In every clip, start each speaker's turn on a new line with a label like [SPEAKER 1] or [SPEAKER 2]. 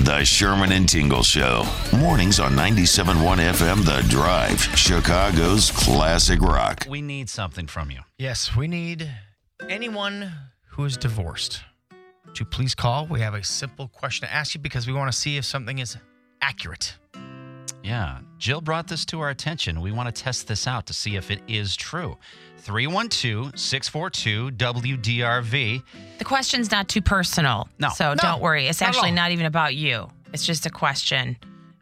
[SPEAKER 1] The Sherman and Tingle Show. Mornings on 97.1 FM The Drive, Chicago's classic rock.
[SPEAKER 2] We need something from you.
[SPEAKER 3] Yes, we need anyone who is divorced to please call. We have a simple question to ask you because we want to see if something is accurate.
[SPEAKER 2] Yeah. Jill brought this to our attention. We want to test this out to see if it is true. 312 642 WDRV.
[SPEAKER 4] The question's not too personal.
[SPEAKER 2] No.
[SPEAKER 4] So
[SPEAKER 2] No,
[SPEAKER 4] don't worry. It's
[SPEAKER 3] not at
[SPEAKER 4] actually
[SPEAKER 3] all.
[SPEAKER 4] not even about you. It's just a question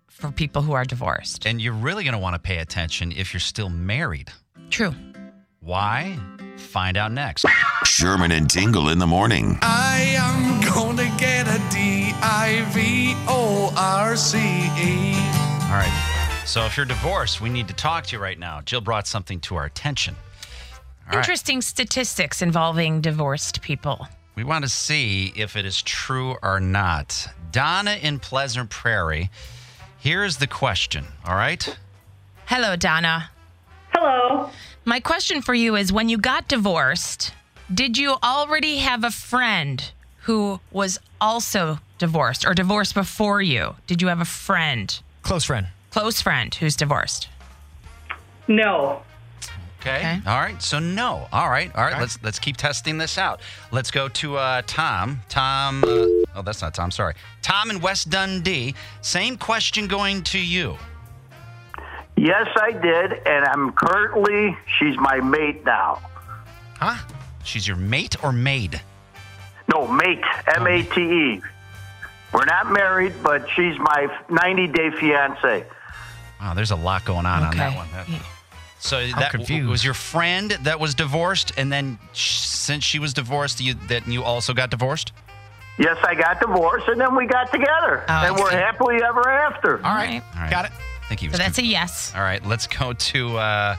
[SPEAKER 4] for people who are divorced.
[SPEAKER 2] And you're really going to want to pay attention if you're still married.
[SPEAKER 4] True.
[SPEAKER 2] Why? Find out next.
[SPEAKER 1] Sherman and Tingle in the morning.
[SPEAKER 5] I am gonna get a D I V O R C E.
[SPEAKER 2] All right. So if you're divorced, we need to talk to you right now. Jill brought something to our attention. All right.
[SPEAKER 4] Interesting statistics involving divorced people.
[SPEAKER 2] We want to see if it is true or not. Donna in Pleasant Prairie, here is the question. All right.
[SPEAKER 4] Hello, Donna.
[SPEAKER 6] Hello.
[SPEAKER 4] My question for you is when you got divorced, did you already have a friend who was also divorced or divorced before you? Did you have a friend,
[SPEAKER 3] Close friend.
[SPEAKER 4] close friend who's divorced?
[SPEAKER 6] No.
[SPEAKER 2] Okay.
[SPEAKER 4] Okay.
[SPEAKER 2] All right. So no. All right. All right. Let's let's keep testing this out. Let's go to uh, Tom. Tom. Uh, oh, that's not Tom. Sorry. Tom in West Dundee. Same question going to you.
[SPEAKER 7] Yes, I did, and I'm currently she's my mate now.
[SPEAKER 2] Huh? She's your mate or maid?
[SPEAKER 7] No, mate, M A T E. We're not married, but she's my 90 day fiance.
[SPEAKER 2] Wow. There's a lot going on on that one.
[SPEAKER 4] Yeah.
[SPEAKER 2] So that w-
[SPEAKER 3] confused.
[SPEAKER 2] was your friend that was divorced, and then sh- since she was divorced, you that you also got divorced.
[SPEAKER 7] Yes, I got divorced, and then we got together,
[SPEAKER 4] Oh,
[SPEAKER 7] and we're
[SPEAKER 4] okay.
[SPEAKER 7] happily ever after.
[SPEAKER 3] All right.
[SPEAKER 2] All right.
[SPEAKER 3] Got it.
[SPEAKER 2] I think he was.
[SPEAKER 4] So that's a
[SPEAKER 2] conf-
[SPEAKER 4] yes.
[SPEAKER 2] All right. Let's go to. Uh,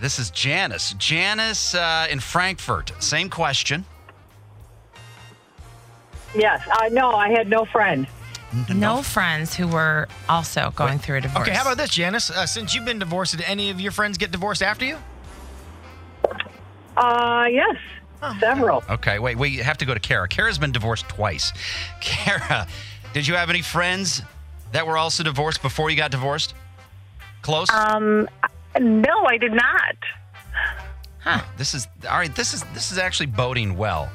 [SPEAKER 2] this is Janice. Janice uh, in Frankfurt. Same question.
[SPEAKER 6] Yes. Uh, no, I had no friend.
[SPEAKER 4] No friends who were also going through a divorce.
[SPEAKER 3] Okay, how about this, Janice? Uh, since you've been divorced, did any of your friends get divorced after you?
[SPEAKER 6] Uh, yes.
[SPEAKER 4] Oh.
[SPEAKER 6] Several.
[SPEAKER 2] Okay, wait, we have to go to Kara. Kara's been divorced twice. Kara, did you have any friends that were also divorced before you got divorced? Close.
[SPEAKER 6] Um, No, I did not.
[SPEAKER 2] this is all right. This is this is actually boding well.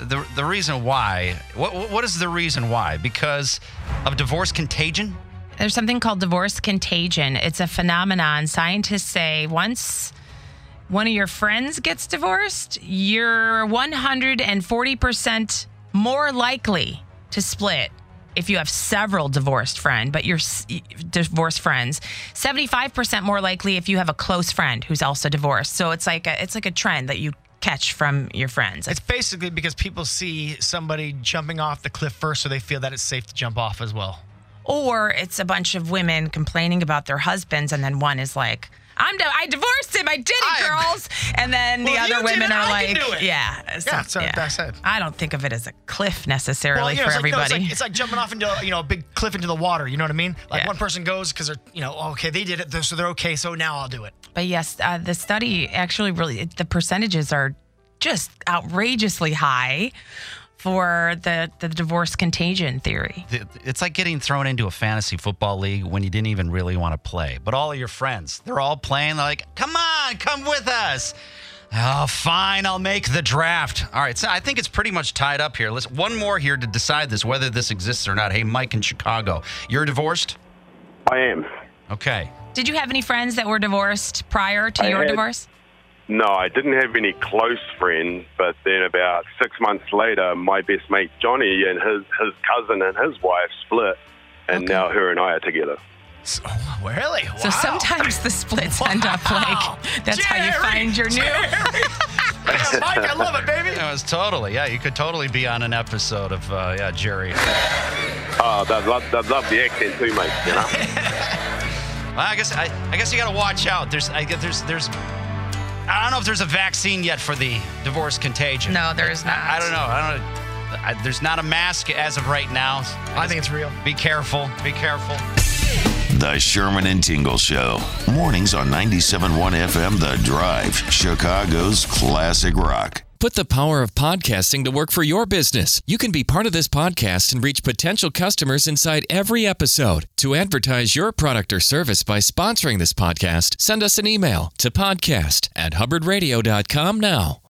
[SPEAKER 2] The the reason why. What what- what is the reason why? Because of divorce contagion.
[SPEAKER 4] There's something called divorce contagion. It's a phenomenon. Scientists say once one of your friends gets divorced, you're 140% more likely to split if you have several divorced friend, but you're s- divorced friends, 75% more likely if you have a close friend who's also divorced. So it's like a, it's like a trend that you catch from your friends.
[SPEAKER 3] It's basically because people see somebody jumping off the cliff first, so they feel that it's safe to jump off as well.
[SPEAKER 4] or it's a bunch of women complaining about their husbands, and then one is like, "I'm di- I divorced him, I did it,
[SPEAKER 3] I-
[SPEAKER 4] girls," and then
[SPEAKER 3] Well,
[SPEAKER 4] the
[SPEAKER 3] you
[SPEAKER 4] other
[SPEAKER 3] did
[SPEAKER 4] women
[SPEAKER 3] it,
[SPEAKER 4] are
[SPEAKER 3] I
[SPEAKER 4] like,
[SPEAKER 3] can do it.
[SPEAKER 4] "Yeah, so-
[SPEAKER 3] Yeah, so that's it.
[SPEAKER 4] I don't think of it as a cliff necessarily
[SPEAKER 3] you know,
[SPEAKER 4] for
[SPEAKER 3] it's like, no, it's
[SPEAKER 4] everybody.
[SPEAKER 3] like- it's, like, jumping off into a, you know a big cliff into the water. You know what I mean? Like
[SPEAKER 4] Yeah.
[SPEAKER 3] one person goes because they're you know okay they did it they're- so they're okay so now I'll do it.
[SPEAKER 4] but yes, uh, the study actually really it- the percentages are just outrageously high for the the divorce contagion theory.
[SPEAKER 2] Th- It's like getting thrown into a fantasy football league when you didn't even really want to play. But all of your friends, they're all playing. They're like, come on, come with us. Oh, fine. I'll make the draft. All right. So I think it's pretty much tied up here. Let's one more here to decide this whether this exists or not. Hey, Mike in Chicago, you're divorced.
[SPEAKER 8] I am.
[SPEAKER 2] Okay.
[SPEAKER 4] Did you have any friends that were divorced prior to your
[SPEAKER 8] had-
[SPEAKER 4] divorce?
[SPEAKER 8] No, I didn't have any close friends, but then about six months later, my best mate Johnny and his, his cousin and his wife split, and now her and I are together.
[SPEAKER 3] So,
[SPEAKER 2] oh,
[SPEAKER 3] really?
[SPEAKER 4] So sometimes the splits end up like that's how you find your new.
[SPEAKER 3] Yeah, Mike, I love it, baby.
[SPEAKER 2] That was totally. Yeah, you could totally be on an episode of uh, yeah, Jerry.
[SPEAKER 8] Oh, they love, they love the accent too, mate. You know?
[SPEAKER 2] Well, I guess I, I guess you got to watch out. There's I guess there's there's I don't know if there's a vaccine yet for the divorce contagion.
[SPEAKER 4] No, there is not.
[SPEAKER 2] I, I don't know. I don't. know. I, there's not a mask as of right now.
[SPEAKER 3] I think it's real.
[SPEAKER 2] Be careful. Be careful.
[SPEAKER 1] The Sherman and Tingle Show. Mornings on 97.1 FM The Drive, Chicago's classic rock.
[SPEAKER 9] Put the power of podcasting to work for your business. You can be part of this podcast and reach potential customers inside every episode. To advertise your product or service by sponsoring this podcast, send us an email to podcast at hubbardradio.com now.